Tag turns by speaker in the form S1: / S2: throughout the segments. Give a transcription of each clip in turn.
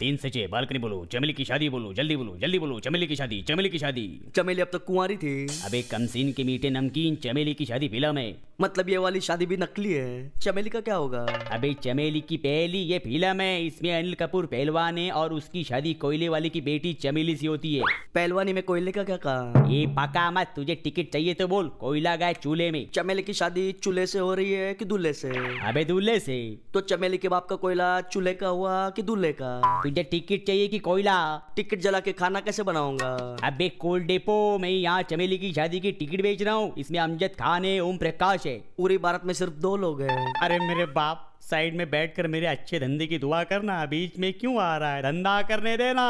S1: तीन सचे बालकनी बोलो चमेली की शादी बोलो जल्दी बोलो जल्दी बोलो चमेली की शादी चमेली की शादी
S2: चमेली अब तक कुंवारी थी
S1: अबे कमसीन के मीठे नमकीन चमेली की शादी पिला मैं
S2: मतलब ये वाली शादी भी नकली है चमेली का क्या होगा
S1: अबे चमेली की पहली ये फिल्म है इसमें अनिल कपूर पहलवान है और उसकी शादी कोयले वाले की बेटी चमेली से होती है
S2: पहलवानी में कोयले का क्या काम
S1: ये पका मत तुझे टिकट चाहिए तो बोल कोयला गए चूल्हे में
S2: चमेली की शादी चूल्हे से हो रही है कि दूल्हे से
S1: अबे दूल्हे से
S2: तो चमेली के बाप का कोयला चूल्हे का हुआ कि दूल्हे का
S1: तुझे टिकट चाहिए कि कोयला
S2: टिकट जला के खाना कैसे बनाऊंगा
S1: अबे कोल डेपो मैं यहाँ चमेली की शादी की टिकट बेच रहा हूँ इसमें अमजद खान है ओम प्रकाश है
S2: पूरे भारत में सिर्फ दो लोग हैं
S1: अरे मेरे बाप साइड में बैठकर मेरे अच्छे धंधे की दुआ करना बीच में क्यों आ रहा है धंधा करने देना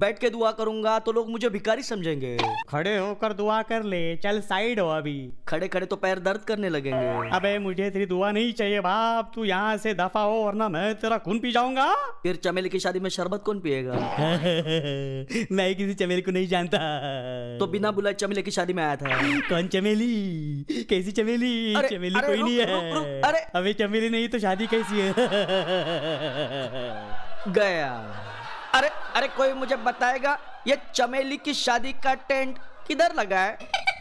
S2: बैठ के दुआ करूंगा तो लोग मुझे भिखारी समझेंगे
S1: खड़े होकर दुआ कर ले चल साइड हो अभी
S2: खड़े खड़े तो पैर दर्द करने लगेंगे
S1: अबे मुझे तेरी दुआ नहीं चाहिए बाप तू यहाँ से दफा हो वरना मैं तेरा खून पी जाऊंगा
S2: फिर चमेली की शादी में शरबत कौन पिएगा
S1: मैं किसी चमेली को नहीं जानता
S2: तो बिना बुलाए चमेली की शादी में आया था
S1: कौन चमेली कैसी चमेली
S2: अरे,
S1: चमेली
S2: अरे,
S1: कोई
S2: रुक,
S1: नहीं है
S2: रुक, रुक, अरे।
S1: अबे चमेली नहीं तो शादी कैसी है
S2: गया अरे अरे कोई मुझे बताएगा ये चमेली की शादी का टेंट किधर लगा है